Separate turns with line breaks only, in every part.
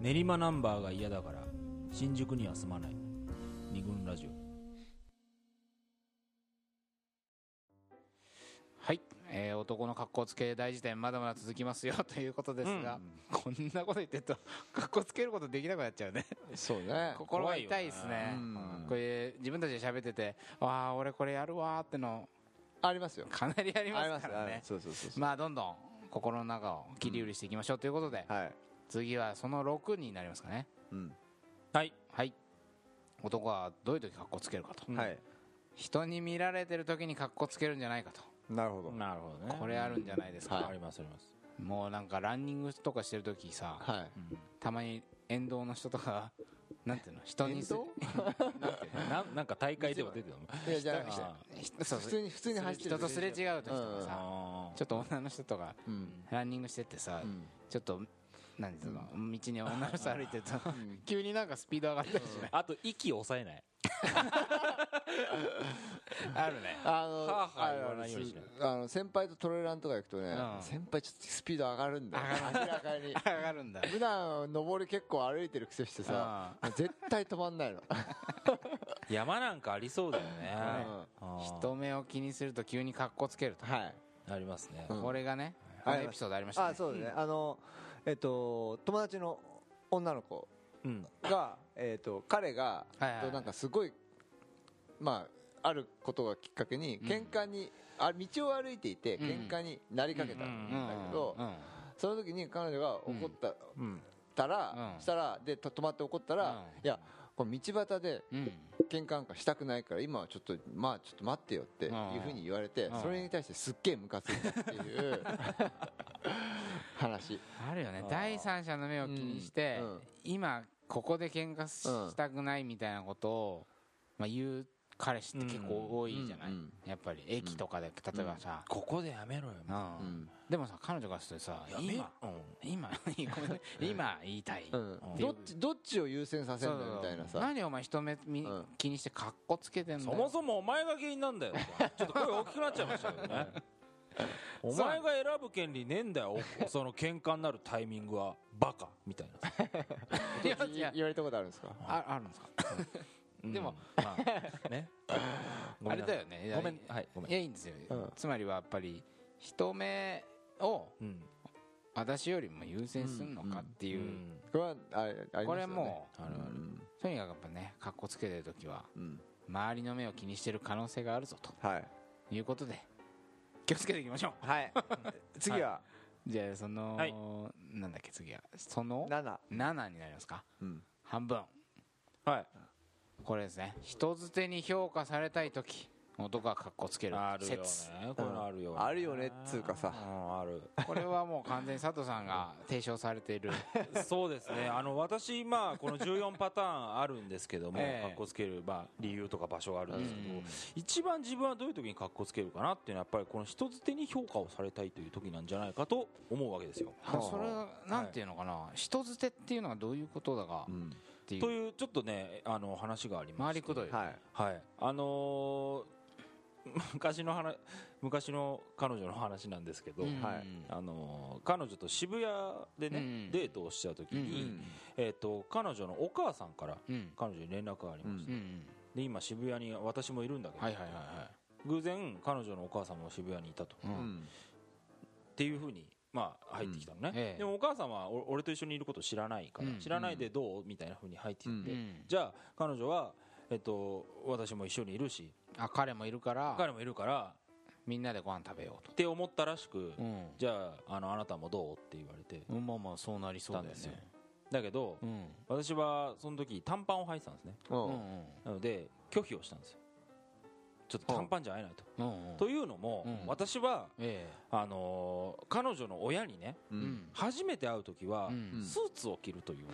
練馬ナンバーが嫌だから新宿には住まない二軍ラジオ
はい、えー男の格好つけ大辞典まだまだ続きますよ ということですが、こんなこと言ってると 格好つけることできなくなっちゃうね
そうね
心が痛いですね
うん
これ自分たちで喋っててああ俺これやるわーっての
ありますよ
かなりありますから
あり
ね
ますそうそうそうそう
まあどんどん心の中を切り売りしていきましょうということで、
はい
次はその6になりますかね
うん
はい
はい男はどういう時格好つけるかと、
はい
人に見られてる時に格好つけるんじゃないかと
なるほど
なるほどね
これあるんじゃないですか、
ありますあります
もうなんかランニングとかしてる時さ、
はい
たまに沿道の人とかなんていうの人に
遠
す
投
ななんか大会でも出てたの
いやじゃなくて
あ
そう
普通に普通に走ってる
人とすれ違う時とか
うん
さ
あ
ちょっと女の人とか
ん
ランニングしてってさ、
ん
ちょっと何ていうの、道に女の人歩いてると、 急になんかスピード上がったりし ない、
あと息を抑えない
あるね
あの
はあはあ
ある
言
あ
わ
る
ないようにしない
あの先輩とトレランとか行くとね、
うん
先輩ちょっとスピード上がるんだよ明らかに
上がるんだ
普段上り結構歩いてる癖してさ絶対止まんない の
山なんかありそうだよね
ん
あー
人目を気にすると急に格好つけると、
はい
ありますね
ん
これがねこのエピソードありましたね
あそうですね、あのえっと友達の女の子
うん
が、えっと彼が、
はいはいはい
えっとなんかすごいまああることがきっかけに喧嘩に、あ道を歩いていて
ん
喧嘩になりかけたんだけど、
うんうん
その時に彼女が怒った,、
ん
たら、
うん
したらでと止まって怒ったら、
うん
いやこれ道端で
うん
喧嘩なんかしたくないから今はちょっとまあちょっと待ってよっていうふうに言われて
うん
それに対してすっげえムカついたっていう 話
あるよね第三者の目を気にして、
うんうん
今ここで喧嘩し
うん
したくないみたいなことを、まあ、言う彼氏って結構多いじゃない、
うんうん
やっぱり駅とかで例えばさ、
ここでやめろよ
うん
ん
でもさ彼女がしてさ
やめ
今
うん
今 ごめんね今言いたい、
うん
っていう
どっちどっちを優先させ
そ
る
うそう
のみたいなさ
何お前人目み、
うん
気にしてかっこつけてんだ
そ
よ
もそもお前が原因なんだよちょっと声大きくなっちゃいましたけどねお前が選ぶ権利ねえんだよおその喧嘩になるタイミングはバカみたいない
やい
言
や
われたことあるんですか
ああるんですかでも、まあ
ね
あれだよね
ごめんはいごめん
いやいいんですよ、
うん
つまりはやっぱり人目を
うん
私よりも優先すんのかっていうう、
ん
これはあれありますよね
これはもう、
あるある
とにかくやっぱねかっこつけてる時は
うん
周りの目を気にしてる可能性があるぞと
はい
いうことで気をつけていきましょ
はい 次は
うじゃあその、
はい
なんだっけ次はその
7
7になりますか
うん
半分
はい
これですね人づてに評価されたい時男はかっこつける
あるよね
説
こういうのあるよ
あるよねっつうか
う
さ
んある
これはもう完全に佐藤さんが提唱されている
そうですねあの私まあこの14パターンあるんですけども
ええ
かっこつけるまあ理由とか場所があるんですけど一番自分はどういう時にかっこつけるかなっていうのはやっぱりこの人づてに評価をされたいという時なんじゃないかと思うわけですよ
あそれはなんていうのかな、人づてっていうのはどういうことだかっていう,、
というちょっとねあの話がありま
回
す
りくどい、
はい
はいあのー 昔の話昔の彼女の話なんですけど、
うん
はい
あのー彼女と渋谷でね、
うん
デートをしてた時に、
う
えー、と彼女のお母さんから
うん
彼女に連絡がありました、
うんうん
で今渋谷に私もいるんだけど、
はいはいはいは
偶然彼女のお母さんも渋谷にいたと、
い、うん
うん
っていうふうに、まあ、入ってきたのね、
うんええ
でもお母さんはお俺と一緒にいることを知らないから、
うん
知らないでどうみたいなふうに入ってきて、
うん
じゃあ彼女は、えっと、私も一緒にいるし
あ彼もいるから
彼もいるから
みんなでご飯食べようと
って思ったらしく、
うん
じゃああのあなたもどうって言われて
まあまあそうなりそ
だ
う
よねだけど、
うん
私はその時短パンを履いてたんですね
う
うんん
なので拒否をしたんですよちょっと短パンじゃ会えないと、
うんうん
というのも、
うん
私は
え
あのー彼女の親にね
えう
うん
ん
初めて会う時は、
うん
スーツを着るという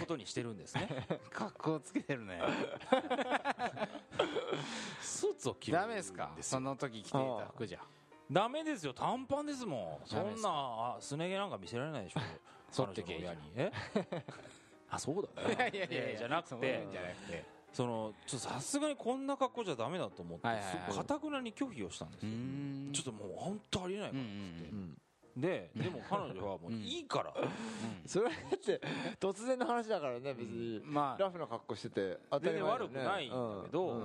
ことにしてるんです ね
格好つけてるね
スーツを着る
ダメですかその時着ていた服じゃ
ダメですよ短パンですもんそ
ダメ
ん
です
な
か
あすね毛なんか見せられないでしょ
剃ってけ
彼女の親にえあそうだ ね
いやい
じゃなくて
じゃなくて
そのちょっとさすがにこんな格好じゃダメだと思って
はいはいはい
かたくなに拒否をしたんです
う
よ
ん
ちょっともう本当ありえないからっつって、
うんうんうん
うん
ででも彼女はもういいから、
それだって突然の話だからね別に
まあ
ラフな格好してて当た
全
り
然
前だ
悪
よ
く
ね
ないんだけど、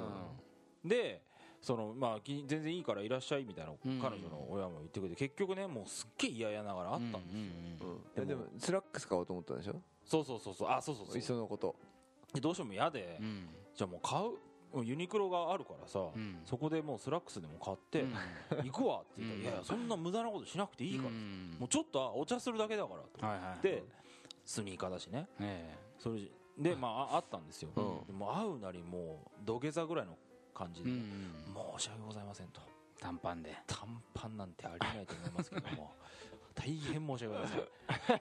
でそのまあき全然いいからいらっしゃいみたいな
うん
彼女の親も言ってくれて結局ねもうすっげえ嫌々ながらあったんだ、
うんうん
でも
えでもスラックス買おうと思ったんでしょ
そうそうそうそうあそうそう
い
そ
っ
う
そのこと
でどうしても嫌で、
うん
じゃあもう買うもうユニクロがあるからさ、
うん
そこでもうスラックスでも買って、行くわって言ったら、
うん
いやいやそんな無駄なことしなくていいから、
うん
もうちょっとお茶するだけだからと、
はいはい
でスニーカーだしね
え
それでまあああったんですよ、
うん
でもう会うなりもう土下座ぐらいの感じ
えう
で、
ん
申し訳ございませんと
短パンで
短パンなんてありえないと思いますけど も大変申し訳ございません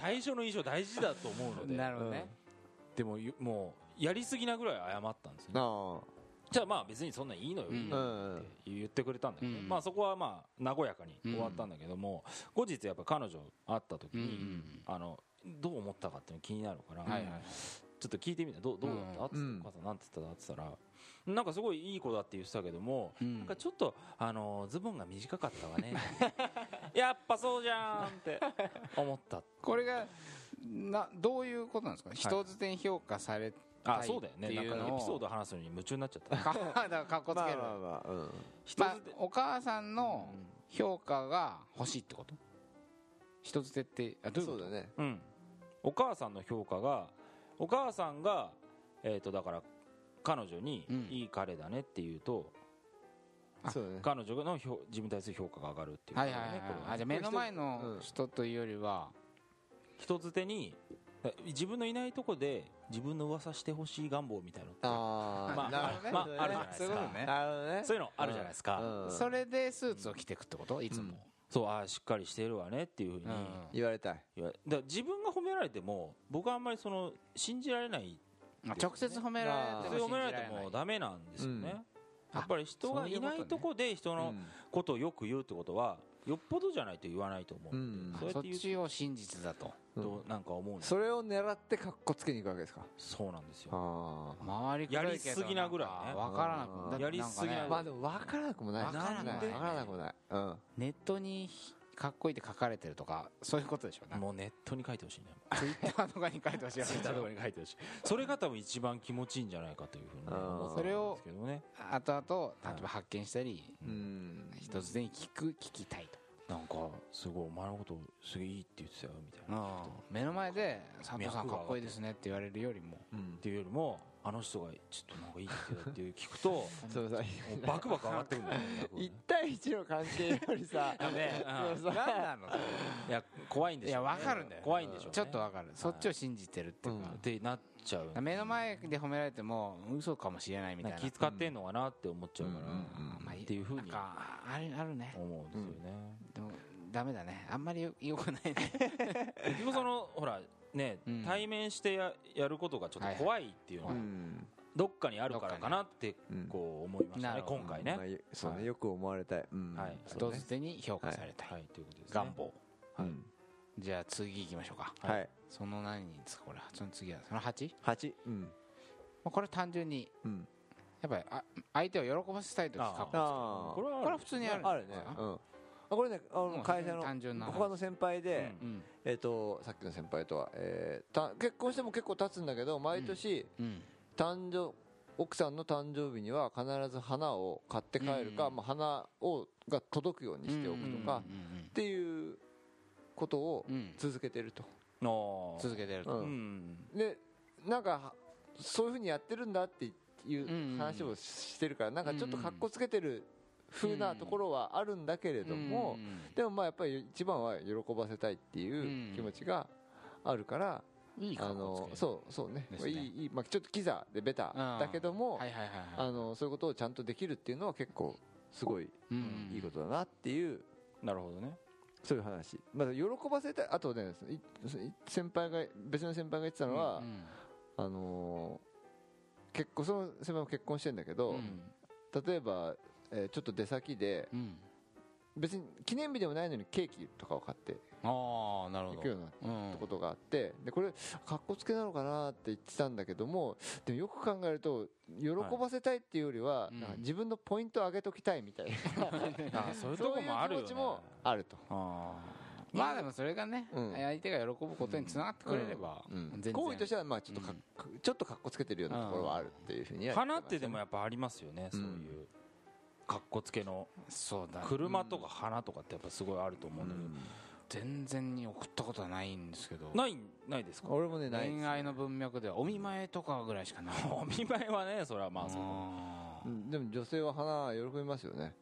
最初の印象大事だと思うので
なるほどね
でもゆもうやりすぎなぐらい謝ったんですよね
あ
じゃあまあ別にそんなんいいのよ、
うん
いいの
あう
よ
ん
って言ってくれたんだけどね、
うん
まあそこはまあ和やかに終わったんだけども、後日やっぱ彼女会った時
うん
に、あのどう思ったかっていうの気になるから、
はいはい
ちょっと聞いてみたどうどうだった、って
うん
お母さんなんて言ってたって言ったらなんかすごいいい子だって言ってたけども、
うん
なんかちょっと、あのズボンが短かったわ ねやっぱそうじゃんって思った って
これがなどういうことなんですか人づてに評価されたい
あそうだよね
って
ないん
う
か
のを
エピソード話すのに夢中になっちゃった
かだからかっこつ
まあ
ける、
まあまあうん
人
ま
づ
あ
て、
お母さんの評価が欲しいってこと人づてってあどういう
そ
こ
う
と
だね
うん、お母さんの評価がお母さんがえっ、とだから彼女に
うん
「いい彼だね」って言うと、
あ
そうだね
彼女の評自分に対する評価が上がるっていうこ
は
と
い
だ
はい
よ
はい
ね、これはね
あじゃあ目の前の
うん
人というよりは、
人づてにえ自分のいないとこで自分の噂してほしい願望みたいなのって
あ
まあ
あなる
まああるじゃないですか
そういうことね
なるほどね
そういうのあるじゃないですか、
うん
それでスーツを着てくってこといつも、
そうああしっかりしてるわねっていうふうに、
うん
言われたい
いやだから自分が褒められても僕はあんまりその信じられない
まあ、直接褒められ
あ
て
そ
も
ういう
信
褒めら
じら
れても
れない
ダメなんですよね、
うん
やっぱり人がいな
あそういうこと
い
ね
とこで人のことをよく言うってことはよっぽどじゃないと言わないと思う
うん
んで、
あそ
そうや
っ
って言
ちを真実だと
うとなんか思うんです
それを狙って格好つけに行くわけですか
そうなんですよ
あ
周りくどいけど
やりすぎなぐらいね
分からな
うん
くだってんかね
やりすぎな
あ
ぐ
ま
ら
あ
い
でも分からなくもない
分から
なくもない
分からなくもないうん
ネットにかっこいいって書かれてるとかそういうことでしょうね
もうネットに書いてほしいね
ツイッターとかに書いてほしいわけでしょ
に書いてほしい それが多分一番気持ちいいんじゃないかというふうにね
あー
思ってるんですけどね
後々例えば発見したり
うん
人づてに聞く聞きたいと
なんかすごいお前のことすげえいいって言ってたよみたいな、っ
目の前で「佐藤さ
脈
ん
が
かっこいいですね」って言われるよりも
うん
ていうよりもあの人がちょっとなんかいいって言ってたっていう聞くとも
そうさ
うバクバク上がってくるんだよね脈がね
一対一の関係よ りさ
ね
そうさ
何なの
いや怖いんで
い
しょう
や
ね
分かるんだよ
怖いんでしょうね
ちょっと分かるそっちを信じてるっていう
っ
か
てなっちゃう
目の前で褒められても嘘かもしれないみたい
なん
な
か気使ってんのかなって思っちゃうか
うんうんうん
まあ
っていう風に
なんかあるあるね
ら思うんですよね
でもダメだねあんまりよよくないね
結局そのほらね
うん
対面してややることがちょっと怖いっていうの
う
は
ん
どっかにあるからかなって
うん
こう思いました
な
ね
るほど
今回
まあ
ね
よそう
は
ね
い
よく思われたいうん
はい
そ
人
うね
づてに評価されたい、
はいということですね
願望
うん
じゃあ次行きましょうか
はい
その何人ですかこれその次はその 8?
八うん
これ単純に
うん
やっぱりあ相手を喜ばせたい時か
あ
ああ
これは
これは普通にある
あるねうんあこれねあ
う
の
ん
会社の
単純な話
他の先輩で、
うん
うん
えっとさっきの先輩とは、えーた結婚しても結構経つんだけど毎年、
うん
誕生奥さんの誕生日には必ず花を買って帰るか、
うん
まあ、花をが届くようにしておくとか、っ
うん
ていうことを
うんうん
続けてると、
の
続けてる
う
と
ん
うん
でなんかはそういうふうにやってるんだって
んう
い
ん
う話をしてるからなんかちょっと格好つけてる風
う
なんところはあるんだけれど
う
も、
ん
でもまあやっぱり一番は喜ばせたいっていう気持ちがあるから、
いい
あ
格好
の
つける
そうそうね
ですね
いいいい、まあ、ちょっとキザでベタ
うん
だけども、
はいはいはい
あ
はい
のそういうことをちゃんとできるっていうのは結構すごい、
うん
いいことだなっていう
なるほどね
そういう話、まあ、喜ばせたいあとねいい先輩が別の先輩が言ってたの
う
は、
ん
あのー結構その先輩も結婚してんだけど、
うん
例えば、えーちょっと出先で
うん
別に記念日でもないのにケーキとかを買って
ああなるほ
行
ど
くような
うん
ことがあってでこれかっこつけなのかなって言ってたんだけどもでもよく考えると喜ばせたいっていうよりは、
い
なんか
うん
自分の ポイントを上げときたいみたいな、
あーそういうと
そう
こ
いう
もある
気
よ
持
ね
ちもあると
あ
まあでもそれがね、
うん
相手が喜ぶことにつながってくれれば、
うん
全然
行為としてはまあちょっとかっこちょっとかっこつけてるようなところはあるっていうふうには言
花っ
ます
てでもやっぱありますよね、そういうかっこつけの
そうだ
車とか花とかってやっぱすごいあると思うんだけど、
全然に送ったことはないんですけど
ないないですか
俺もねない
恋愛の文脈ではお見舞いとかぐらいしか ない
お見舞いはねそれはまあそう
あ
うんでも女性は花喜びますよね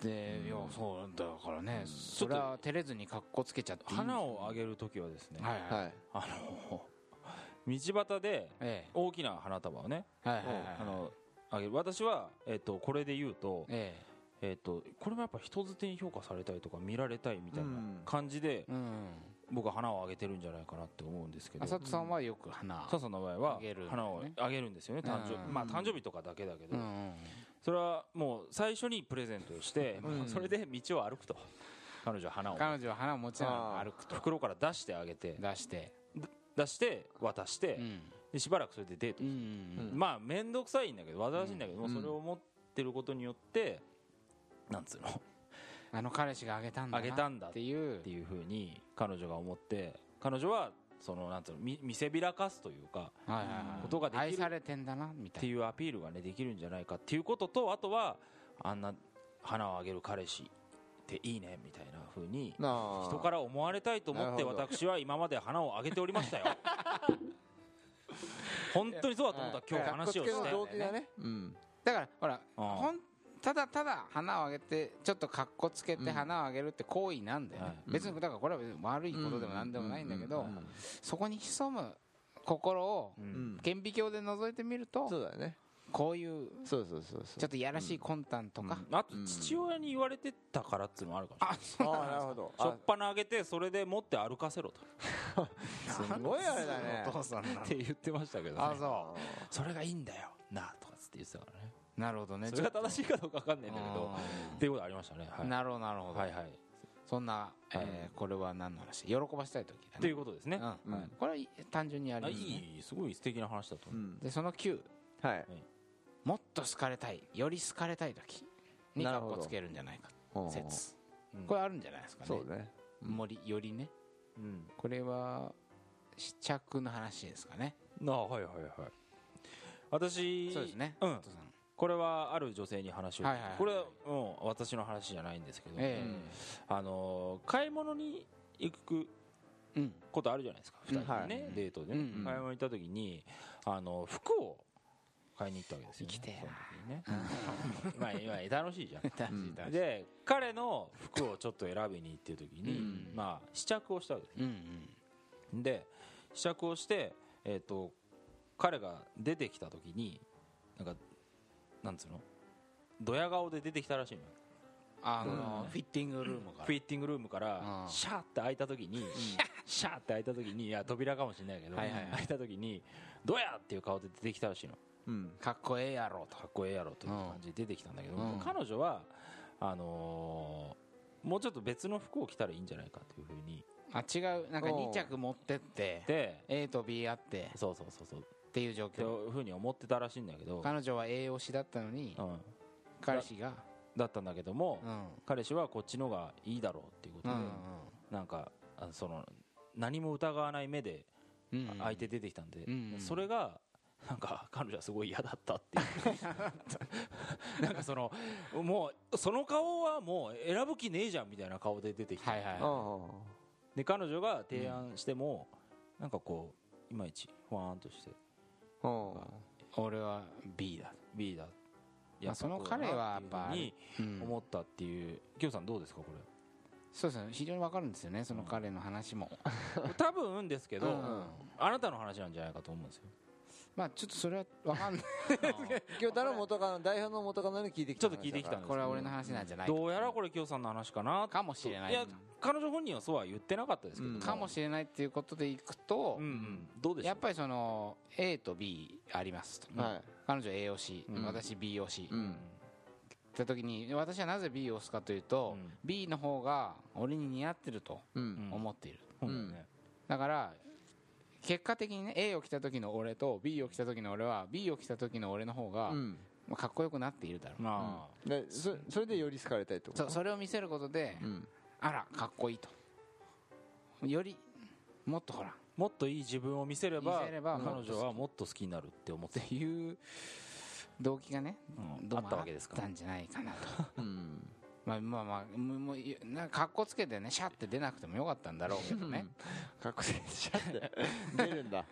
ーでいやそうだからねそれは照れずにかっこつけちゃっていいんです
花をあげる時はですね、
はいはい、
はい
あの道端で
え
大きな花束をね
えはいはいはい
あのあげる私は、えっとこれで言うと,、
え
えっとこれもやっぱ人づてに評価されたいとか見られたいみたいな
うん
感じで
えうん
僕は花をあげてるんじゃないかなって思うんですけど
浅田さんはよく花
笹の場合は
あげるんだよね
花をあげるんですよね誕生,、
うん
まあ、誕生日とかだけだけど、
うんうん
それはもう最初にプレゼントをして、
うん
それで道を歩くと彼女は花を
彼女は花を持ちながら歩くと
袋から出してあげて
出して
出して渡して、
うん
でしばらくそれでデート
うん
ん
まあ面倒くさいんだけど煩わしいんだけども、
うん
それを持ってることによってなんつうの っ
あの彼氏があげたんだな
あげたんだ
っていう
ていうふうに彼女が思って彼女はそのなんつうのみ見せびらかすというか
はいはいはい
ことができる
愛されてんだなみ
った
い
て
な
いうアピールがねできるんじゃないかっていうこととあとはあんな花をあげる彼氏っていいねみたいなふうに
なあ
人から思われたいと思って
なるほど
私は今まで花をあげておりました よ本当にそうだと思った今日
かっこ
話
つ
を
け
し
の
て
動機がねうん
だからほら
うん
ほんただただ花をあげてちょっとかっこつけて花をあげるって行為なんだよね
はい
別にだからこれは別に悪いことでも何でもないんだけど
うんうんうん
そこに潜む心を
うん
顕微鏡で覗いてみる
そ
と
うだよね
こういう
そうそうそうそう
ちょっといやらしい魂胆とか
あと父親に言われてたからっていうのもあるかもしれない
ああなるほど
しょっぱなあげてそれで持って歩かせろと
すごいあれだ ね
さんな
って言ってましたけど、ね、
あそ
それがいいんだよなあとかつって言ってたからね
うなるほどね
それが正しいかどうか分かんないんだけど
う
っていうことありましたねはい
んなるほどなるほど
はいはい
そんなえーこれは何の話喜ばしたい時だ
とい
ね
うことですね、
うん
うん
これはい単純にあり
あ
ますね
いいすごい素敵な話だと
う
思う、
ん
でその9
はい
もっと好かれたいより好かれたい時に
な
か
る
っ
ほど
こつけるんじゃないか
うん
説
うん
これあるんじゃないですかね
そうね
もりよりね
うん
これは試着の話ですかね
あはいはいはい私
そうですね
うん
加、藤さん
これはある女性に話を、
はいはいはい
これはもう私の話じゃないんですけど、
え
あのー買い物に行く
えうん
ことあるじゃないですか2人でね、
はい
デートで、
うん
ね
うん
買い物行った時にあの服を買いに行ったわけですよ、ね、
生きてえ
その 時にねまあ今楽しいじゃん
楽しい楽しい
で彼の服をちょっと選びに行ってる時に、
うん
まあ試着をしたわけです
うんうん
で試着をして、えー、と彼が出てきた時になんかなんつうのドヤ顔で出てきたらしいのよ
あのフィッティングルームか
フ
ら
ィッティングルームから
うん
シャーって開いた時にシャーって開いた時にいや扉かもしれないけど
はいはいはい
開いた時にドヤっていう顔で出てきたらしいの
うん
かっこええやろと
かっこええやろという感じで出てきたんだけど
うん
彼女はあのーもうちょっと別の服を着たらいいんじゃないかというふうに
あ違うなんか
おう
2着持ってって
で
A と B あって
そうそうそうそう
っていう状
ってい
況
うふうに思ってたらしいんだけど、
彼女は A 推しだったのに
うん、
彼氏が
だったんだけども、
うんうん
彼氏はこっちのがいいだろうっていうこと
う
で、
ん
なんかあのその何も疑わない目で
うんうん
相手出てきたんで、
うんうん
それがなんか彼女はすごい嫌だったっていう なんかそのもうその顔はもう選ぶ気ねえじゃんみたいな顔で出てきて、
はいはい
あ
は
あ
で彼女が提案しても、なんかこういまいちふわーんとして
うん
い俺は B だ
B だ
まあその彼はやっぱ
に
うん
思ったっていうきょうさんどうですかこれ
そうですね非常にわかるんですよねその彼の話も
多分ですけど、
うん
あなたの話なんじゃないかと思うんですよ
まあちょっとそれはわかんない
今日誰の元カノ代表の元カノに聞いてきた話だから
ちょっと聞いてきたんです
これは俺の話なんじゃない
どうやらこれきょうさんの話かな
かもしれない
や彼女本人はそうは言ってなかったですけども、
うん
かもしれないっていうことでいくと
うんうんどうでしょう
やっぱりその A と B ありますと
は
彼女 A 推し
うん
私 B 推し
いうん
って時に私はなぜ B を押すかというと
うん
B の方が俺に似合ってると
うん
思っている
そうだよね
だから結果的にね A を着た時の俺と B を着た時の俺は B を着た時の俺の方が
うん
まあかっこよくなっているだろう
まあ
でそそれでより好かれたいってこ
そ
と
それを見せることで
うん
あらかっこいいとよりもっとほらっ
もっといい自分を見せれば
見せれば
彼女はもっと好きになるって思って
ていう動機がね、
うん
どう
あ
も
ったわけですから
あったんじゃないかなと
うん
まあまあまあもうもういなんか格好つけてねシャって出なくてもよかったんだろうけどね
かっこいいしちゃって
出るんだ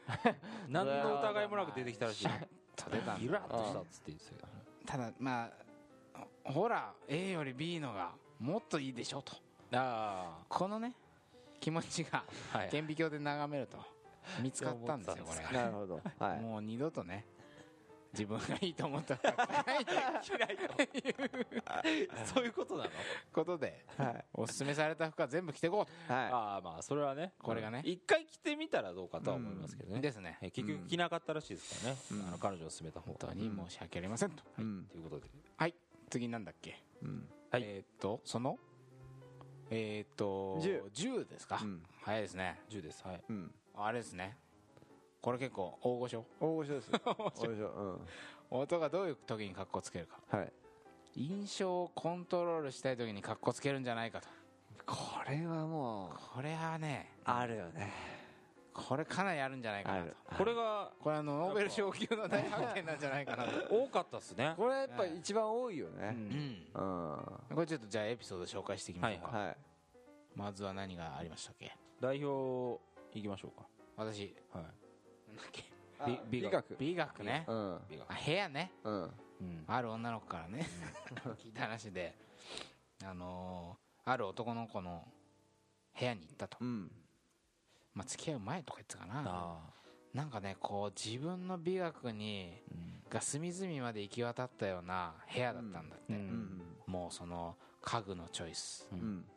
何の疑いもなく出てきたらしい
シャッと出たん
イ
だ
ラッとしたっつって言ってたけど
ただまあほほら A より B のがもっといいでしょと
あ
このね気持ちが
あはい
顕微鏡で眺めると見つかったんです
いや
よ
思
こ
っ
れ
たんです
が
なるほどはい
もう二度とね自分がいいと思ったらない
そういうことなの
ことで
はい
おすすめされた服は全部着てこう
は
ああまあそれはね
これがね
一回着てみたらどうかと
と
は思いますけど
うん
ね
ですね
え結局着なかったらしいですからねあの彼女を勧めた方
本当
は
に申し訳ありませんと、
いうん
ということで
はい次なんだっけ、
はい
えーっとそのえーっと
10
10ですか、
ん
早いですね
10ですはい
うん
あれですねこれ結構大御所
大御所ですよ大御所
音がどういう時に格好つけるか
うんはい
印象をコントロールしたい時に格好つけるんじゃないかと
これはもう
これはね
あるよね
これかなりあるんじゃないか
あ
なと
る
これが
これあのノーベル賞級の大発見なんじゃないか なと、
多かったっすね
これやっぱ一番多いよね
うん、
うん
これちょっとじゃあエピソード紹介していきましょうか、
はい
はい
まずは何がありましたっけ
代表いきましょう
私
かはい
なんだっけ
あ
美
美
学
学
美学ね
うん
あ部屋ね
うん
うん
ある女の子からね聞いた話であのーある男の子の部屋に行ったと、
うん
まあ、付き合う前とか言ってたかな
あ
なんかねこう自分の美学に
ーうん
が隅々まで行き渡ったような部屋だったんだって、
うん
もうその家具のチョイス
う
うんん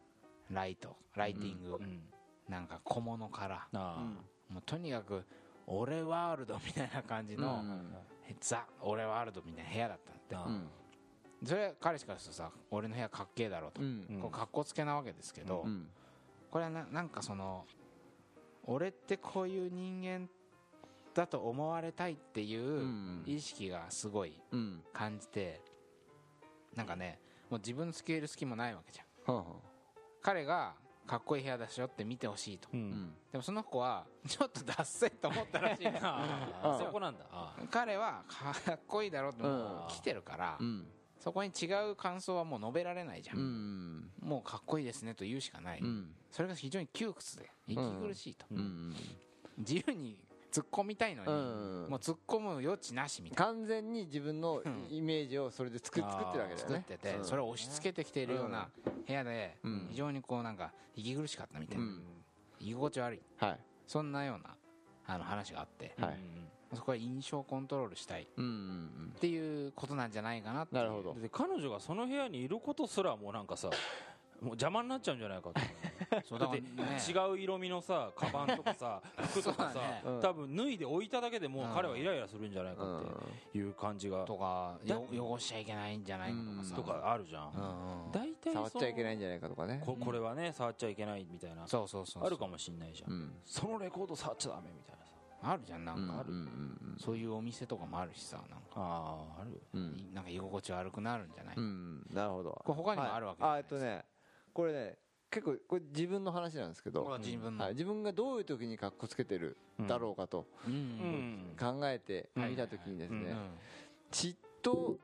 ライトライティング、
うん
なんか小物から
あ
もうとにかく俺ワールドみたいな感じの、ザ俺ワールドみたいな部屋だったんだって
ーあ
うん
それは彼氏からするとさ俺の部屋かっけえだろうと、
うん
こうかっこつけなわけですけど、
うん
これはななんかその俺ってこういう人間だと思われたいっていう意識がすごい
うん
感じてなんかねもう自分のつけ入る隙もないわけじゃん
はあは
彼がかっこいい部屋だしよって見てほしいと、
う
あうんん
でもその子はちょっとダッセと思ったらしいな
あーそこなんだあ
彼はかっこいいだろうともう来てるから、
うん
そこに違う感想はもう述べられないじゃん、
うん
もうかっこいいですねと言うしかない、
うん
それが非常に窮屈で息苦しいと、
うん
自由に突っ込みたいのに、
うん
もう突っ込む余地なしみたいな
完全に自分のイメージをそれで作
あー
作ってるわけだよ
作っ
ね
てて、それを押し付けてきているような部屋で、
うん
非常にこうなんか息苦しかったみたいな、
うん
居心地悪い
はい
そんなようなあの話があって、
ー
は
う
い
ん
そこは印象をコントロールしたいっ
うんうん
ていうことなんじゃないかなっていう
なるほど
で彼女がその部屋にいることすらもうなんかさもう邪魔になっちゃうんじゃないかと思う
そう
だ
だ
っ
か
て
ら
違う色味のさカバンとかさ服とか
そうだ
さ
ね
うん
多分脱いで置いただけでもう
うん
彼はイライラするんじゃないかっていう感じが
とかよ汚しちゃいけないんじゃないかとかさ
とかあるじゃ
うん
ん
うんうん
大体
触っちゃいけないいんじゃないかとかね
ここれはね触っちゃいけないみたいな
そうそうそうそう
あるかもしんないじゃ
うんん
そのレコード触っちゃダメみたいなさ
あるじゃんなんかある、
うんうん
そういうお店とかもあるしさなんか
あああるよ
うんうん
なんか居心地悪くなるんじゃない、
うんなるほど
これ他にもあるわけじゃ
は
ない
あえ
いで
っと
すか
ねこれね結構これ自分の話なんですけ
これ
ど
は自分の、
はい自分がどういう時に格好つけてるだろうかと
うん
うん
考えて見た時にです
うん
ね嫉妬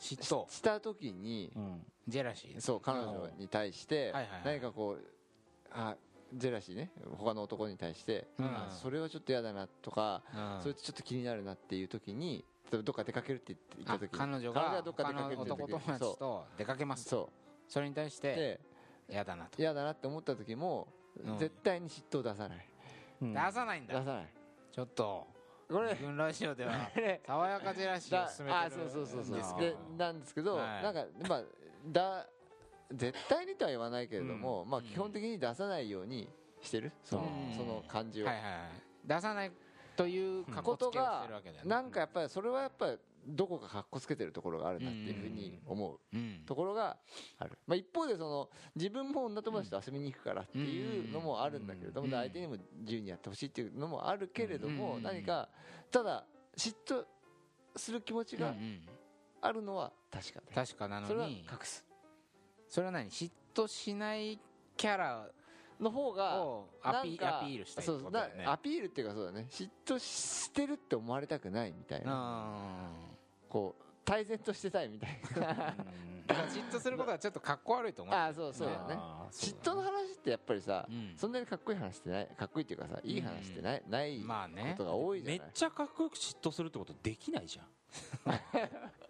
嫉妬
した時に
うん
ジェラシー
そう彼女に対して
はいはいはい
何かこうあジェラシーね他の男に対して
うん
あそれはちょっと嫌だなとか
うん
それちょっと気になるなっていう時に例えばどっか出かけるって言った
あ
時に
彼女
彼
が
がどっか
他
出か
の
けるって
男
時
友達
そ
と出かけま
う
す
そ
それに対し
う
て
で
嫌だなと
嫌だなって思った時も
うん
絶対に嫉妬を出さない
うん
出さないん
出
だ
さない
ちょっと
これ
軍ラジオでは爽やかジェラシーを
だ
進めてる
あそうそうそうそ
ん
う
ですけ
で
ど
なんですけど、
はい
なんかまあだ絶対にとは言わないけれども、まあ基本的に出さないようにしてるその,、
うん
その感じを、
はいはいはい出さないという過去つけをしてるわけだよね
なんかやっぱりそれはやっぱりどこかかっこつけてるところがあるなっていうふうに思
う
う
ん
ところがある、まあ、一方でその自分も女友達と遊びに行くからっていうのもあるんだけれども、
うん
で相手にも自由にやってほしいっていうのもあるけれども、
うん
何かただ嫉妬する気持ち
うんう
が
ん
あるのは確かで、
確かな
それ
の
は
に
隠す
それは何嫉妬しないキャラ
の方が
をアピ
なんか
アピールしたいって
そ
こと
うそう
だよね
なアピールっていうかそうだね嫉妬してるって思われたくないみたいなこう対然としてたいみたいな
じっとすることはちょっとかっこ悪いと思う
ああそうそうだよね
あーそう
嫉妬の話ってやっぱりさ、
うん
そんなにかっこいい話ってないかっこいいっていうかさいい話ってない,、ないこ
まあね
とが多いじゃ
め
な
っ
い
ちゃかっこよく嫉妬するってことできないじ ゃん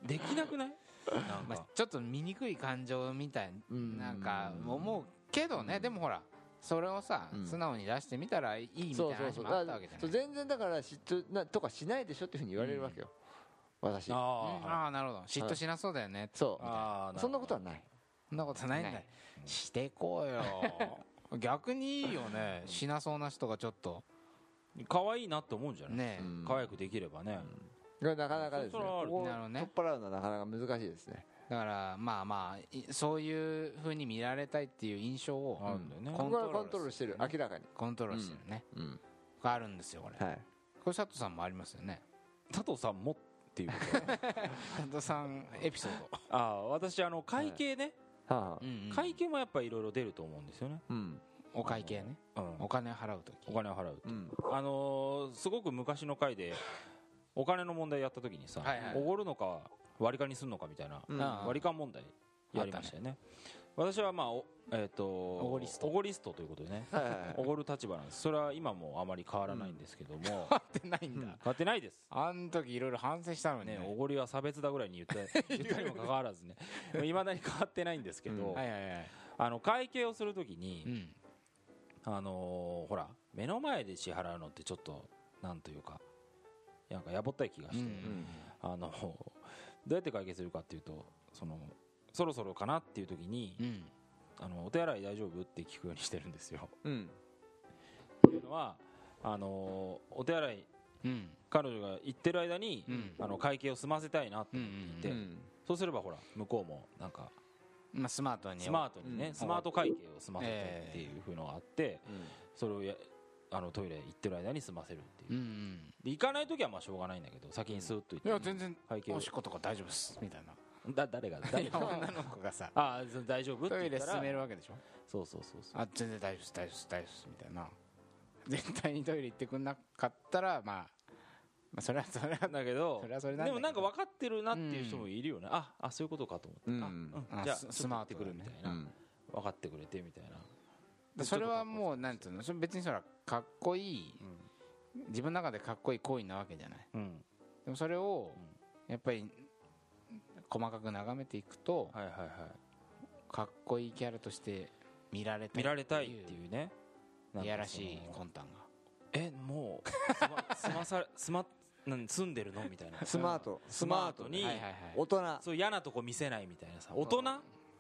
できなくないなん
まあ
か、
ちょっと醜い感情みたい
うん
なんか思うけどねでもほらそれをさ
うん
素直に出してみたらいいみたい
そう
な
そう
話
そう
もあっ
だ
た
か
わ
ら
けじゃ
そう
ない
全然だから嫉妬なとかしないでしょっていうふうに言われるわけよ、私
あ
ああーなるほど嫉妬しなそうだよね
そ
ああ
うそんなこと
は
はない
そんなことないんだ
な
よしてこうよ逆にいいよねしなそうな人がちょっと
可愛いなって思うんじゃない、
ね
うん
可愛くできればね、
これなかなかです
そ
ね
れはある
ここを
なるほどね
取っ払うのはなかなか難しいですね
だからまあまあいそういうふうに見られたいっていう印象を
あるんだよね、
うん
こ
こ
ん
こはコントロールしてる
コン
明らかに
コントロールしてるね
うん
があるんですよこれこ
はい
れ佐藤さんもありますよね
佐藤さんもっていうこと
佐藤さんエピソード
ああ私あの会計ね、
はあ
うんうん
会計もやっぱいろいろ出ると思うんですよね、
うん
お会計ね
うん
お金払う時
お金を払う
うん
あのーすごく昔の回でお金の問題やった時にさ
はいはい
おご、るのか割り勘にするのかみたいな、
うん
ああ
割り勘問題やりましたよね私はまあおえっ、とお
ごリスト
おごリストということでね
はいはいはい
おごる立場なんですそれは今もあまり変わらないんですけども、
ってないんだ
変わってないです
あん時いろいろ反省したのに
ね
ね、
おごりは差別だぐらいに言った言ったにもかかわらずねいまだに変わってないんですけど、
うん
はいはいはい
あの会計をするときに、
うん
あのーほら目の前で支払うのってちょっとなんというかなんかやぼったい気がして、
うん
あのどうやって解決するかっていうとそのそろそろかなっていう時に、
うん
あのお手洗い大丈夫って聞くようにしてるんですよ。
うん
っていうのはあのーお手洗い
うん
彼女が行ってる間に、
うん
あの会計を済ませたいなって
う
言
ん
っ
う
て、
ん
うん
そうすればほら向こうもなんか
まあスマートに
スマートにね、
うん
スマート会計を済ませたいっていう風のがあって、それをやあのトイレ行ってる間に済ませるっていう
うんうん
で行かない時はまあしょうがないんだけど先にスーッと行っ
い
て、
や全然
会計を
おしっことか大丈夫っすみたいな
だ誰が誰が
女の子がさ
あーそう大丈夫って
トイ
言
レ
った
進
ら
めるわけでしょ
そうそうそうそう
あ全然大丈夫です大丈夫です大丈夫ですみたいな絶対にトイレ行ってくんなかったらまあ、まあ、それはそれは
だけど
それはそれなんだ
で
けど
もなんか分かってるなっていう人もいるよね、ああそういうことかと思って、
うん
あうん
あ
じゃあ
ス
ちょっと
スマ
行
ート
ってくるみ
だ
た
ね
いな、分かってくれてみたいな
それはもうなんていうのそれ別にそらかっこいい、自分の中でかっこいい行為なわけじゃない
うん
でもそれをやっぱり細かく眺めていくと
はいはいはい
かっこいいキャラとして見られたい
見られたいっていうねなんかその
いやらしい魂胆が
えもうすますま されすま何住んでるのみたいな
スマート
スマートに
はいはいはい
大人
そう嫌なとこ見せないみたいなさ大人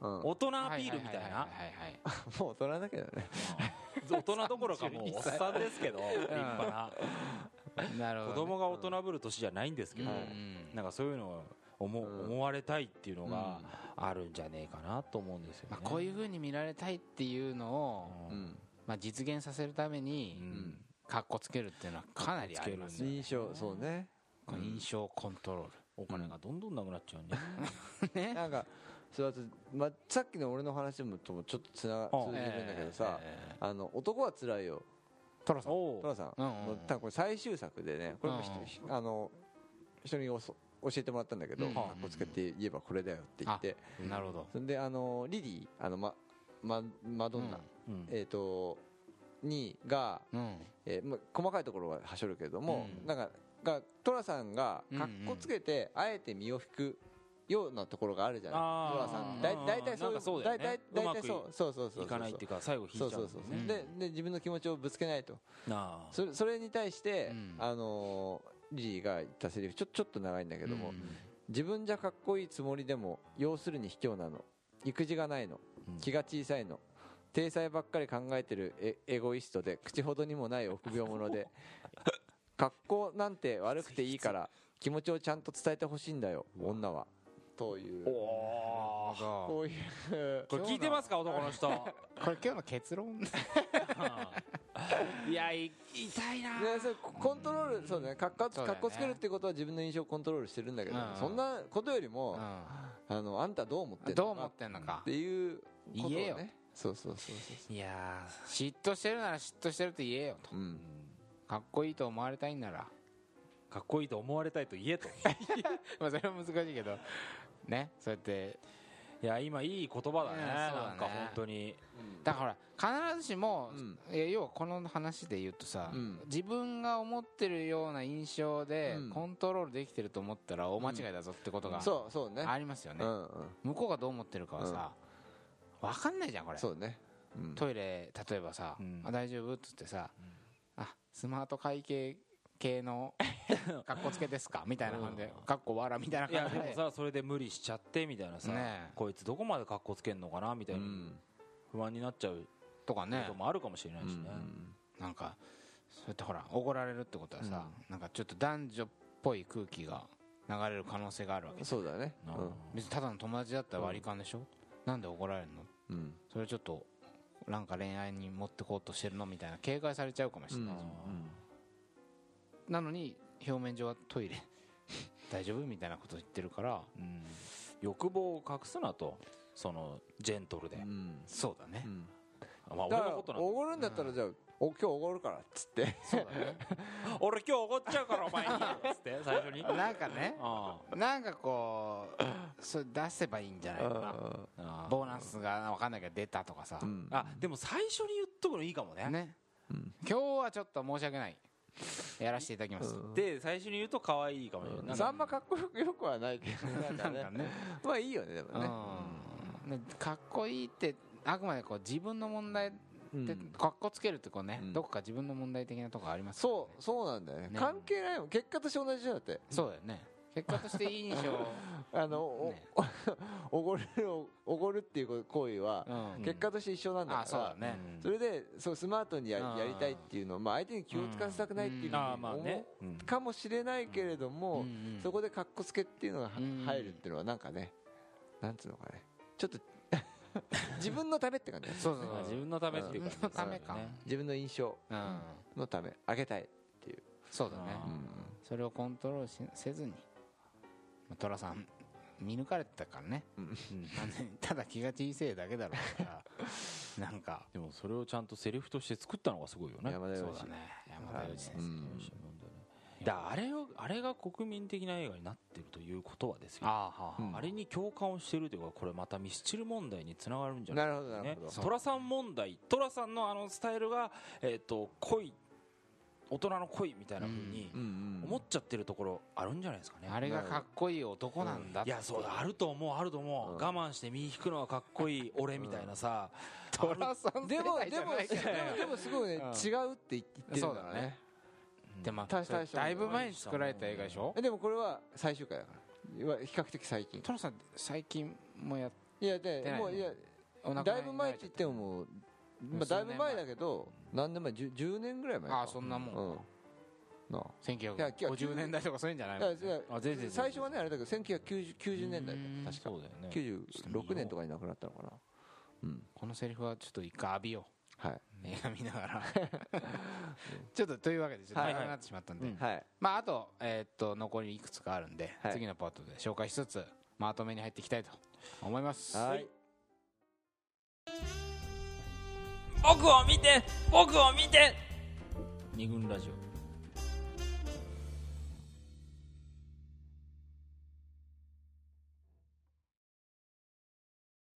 うんも
大人アピールみたい
はは
な
ははいはいはいう
大人だけどね
大人どころかもうおっさんですけど立派な
なるほ
子
ど、ね、
供が大人ぶる年じゃないんですけど
うん
なんかそういうのを思,、
うん
思われたいっていうのがあるんじゃねえかなと思うんですよね
まあ、こういうふうに見られたいっていうのを、
う
うんん
まあ、実現させるため
う
に
ん
かっこつけるっていうのはかなりありますよね
印象そうね
この印象コントロ
お金がどんどんなくなっちゃう ね
ールね
なんかそれあと、まあ、さっきの俺の話もともちょっとつな
あ
通じるんだけどさ、
え
あの男は辛いよ
ートラさん
おう
寅さん、
うんうんうん
の多分これ最終作でねこれも人,、
うんうん
ひあの人におそ教えてもらったんだけど、
うん
かっこつけて言えばこれだよって言って
なるほど
それであのリリーあの、まま、マドンナ、
うん
えっ、とにが、
うん
えーま、細かいところははしょるけれども、
うん
なんかが寅さんが
うんうん
かっこつけて、あえて身を引くようなところがあるじゃない
あ
寅
ー
さんだい
うん
だいたいそうい
なんかそう
う
だ
だ
よ
い
ね
たいだいたいそう
うまく
そうそうそうそう
いかないっていうか最後引
そ
いうちゃ
そううん
だ
そ
よ
う、
ね
でで自分の気持ちをぶつけないと
なあ
それそれに対して、
うん
あのーリリーが言ったセリフちょちょっと長いんだけども、
うん
自分じゃかっこいいつもりでも要するに卑怯なの育児がないの
うん
気が小さいの体裁ばっかり考えてるエエゴイストで口ほどにもない臆病者で 格好なんて悪くていいから気持ちをちゃんと伝えてほしいんだよ女はという
おー
こういう
これ聞いてますか男の人
これ今日の結論
いやい痛いな
ね、それココントロール、そうね、かっこつ、
そうだよね
かっこつけるってことは自分の印象をコントロールしてるんだけど、
うん
そんなことよりも、
う
あの、あんたどう思ってんの
んどう思ってんのか
っていうことを
言えよ
ね、そうそうそうそ
いやー嫉妬してるなら嫉妬してると言えよと
ううん
かっこいいと思われたいんなら
かっこいいと思われたいと言えと
まあそれは難しいけどねそうやって
いや今いい言葉だね
いやそうだね
なんか本当に
だから必ずしも、
うん
いや要はこの話で言うとさ、
うん
自分が思ってるような印象で
うん
コントロールできてると思ったら大間違いだぞってことが
そうそうね
ありますよね、
うんうん
向こうがどう思ってるかはさ、分かんないじゃんこれ
そうねうん
トイレ例えばさ「
うん
あ大丈夫?」っつってさ「あスマート会計系の格好つけですか?」みたいな感じで「かっこわら」みたいない
や
感
で
じ
も
で
さそれで無理しちゃってみたいなさ
ねえ
こいつどこまで格好つけんのかなみた
う
いな不安になっちゃう
とか
こ
ね
ともあるかもしれないしね
ん
なんかそうやってほら怒られるってことはさなんかちょっと男女っぽい空気が流れる可能性があるわけ
そうだね
な
別にただの友達だったら割り勘でしょなんで怒られるの
うんうん
それちょっとなんか恋愛に持ってこうとしてるのみたいな警戒されちゃうかもしれないじゃんなのに表面上はトイレ 大丈夫みたいなこと言ってるから
うん欲望を隠すなとそのジェントルで
うんうん
そうだね
うん
まあ俺
だか
の
ら
ことなんだ
おごるんだったらじゃあお今日おごるからっつって
そうだね
俺今日怒っちゃうからお前にっつって最初にあ
なんかね
あ
なんかこうそれ出せばいいんじゃないか
あ
な
あ
ボーナスが分かんないけど出たとかさ、
うん
あでも最初に言っとくのいいかもね
ね、
ん
今日はちょっと申し訳ないやらせていただきます、
で最初に言うと可愛いかもしれないなんか
あんまかっこよくよくはないけどなん
な
か
ん
ね
かね
まあいいよねでもね
うんねかっこいいってあくまでこう自分の問題って、
うん
かっこつけるってこうね、
うん
どこか自分の問題的なとこありますからね
そうそうなんだよね
ね
関係ないもん結果として同じじゃなくて
そうだよね結果としていい印象を、
あの お
ね
おごるおごるっていう行為は
うん
結果として一緒なんだ
あそう
か
だ
ら
ね、
うん
それでそうスマートにや
あー
やりたいっていうのをまあ相手に気を使わせたくないっていうふうに
ああまあね
思うかもしれないけれども
うんうん
そこでかっこつけっていうのがは
うん
入るっていうのはなんかねなんつうのかねち ょっと自分のためって感じ
そうそう
まあ
そう
自分のためっていうか
自分のためか
そうだよね
自分の印象
うん
のためあげたいっていう
そうだね
あ
う
ー
ん
それをコントロールしせずにまあ寅さん見抜かれてたからね、
うん
完全にただ気が小さいだけだろうから なんか
でもそれをちゃんとセリフとして作ったのがすごいよね
山田
そ
洋
う
次
だね山田洋次先
う
生、
ん
だあれをあれが国民的な映画になってるということはですよ
ああはあ、
うん
あれに共感をしてるというかこれまたミスチル問題につながるんじゃない
なるほどなる
ね
ほど
そう
寅さん問題寅さんのあのスタイルが、えー、と恋大人の恋みたいなふうに
うんうん
思っちゃってるところあるんじゃないですかね、
あれがかっこいい男なんだっ
い
て
やそうだあると思うあると思う、我慢して身引くのはかっこいい俺みたいなさ、
寅さん
で
世
も
代
で
じゃ
も
ない
で
から
もでもすごいね
うん
違うって言ってるんだから
そうだ
ね
ねでまあ
大大した
だいぶ前に作られた映画でしょ
えでもこれは最終回だからいわ比較的最近
寅さん最近もや
いやで
出ない
も
の
ういや
お亡くなりになられちゃった
だいぶ前って言ってももう、まあ、
数
だい
年前
ぶ前だけど何年前 10, 10年ぐらい前か
ああそんなもん、
うんないや
や1950年代とかそういうんじゃない
あ
の
いや
あ全然
最初はねあれだけど1990 90年代
う
だ
ん
よ確か
そうだよね
96年とかに亡くなったのかなうん
このセリフはちょっと一回浴びよ
はい、
う映画見ながら ちょっとというわけでちょっと
はい
長くなってしまったんで、
うん
はい
まああと,、えーっと残りいくつかあるんで、
はい
次のパートで紹介しつつまとめに入っていきたいと思います
はい
僕を見て僕を見て二軍ラジオ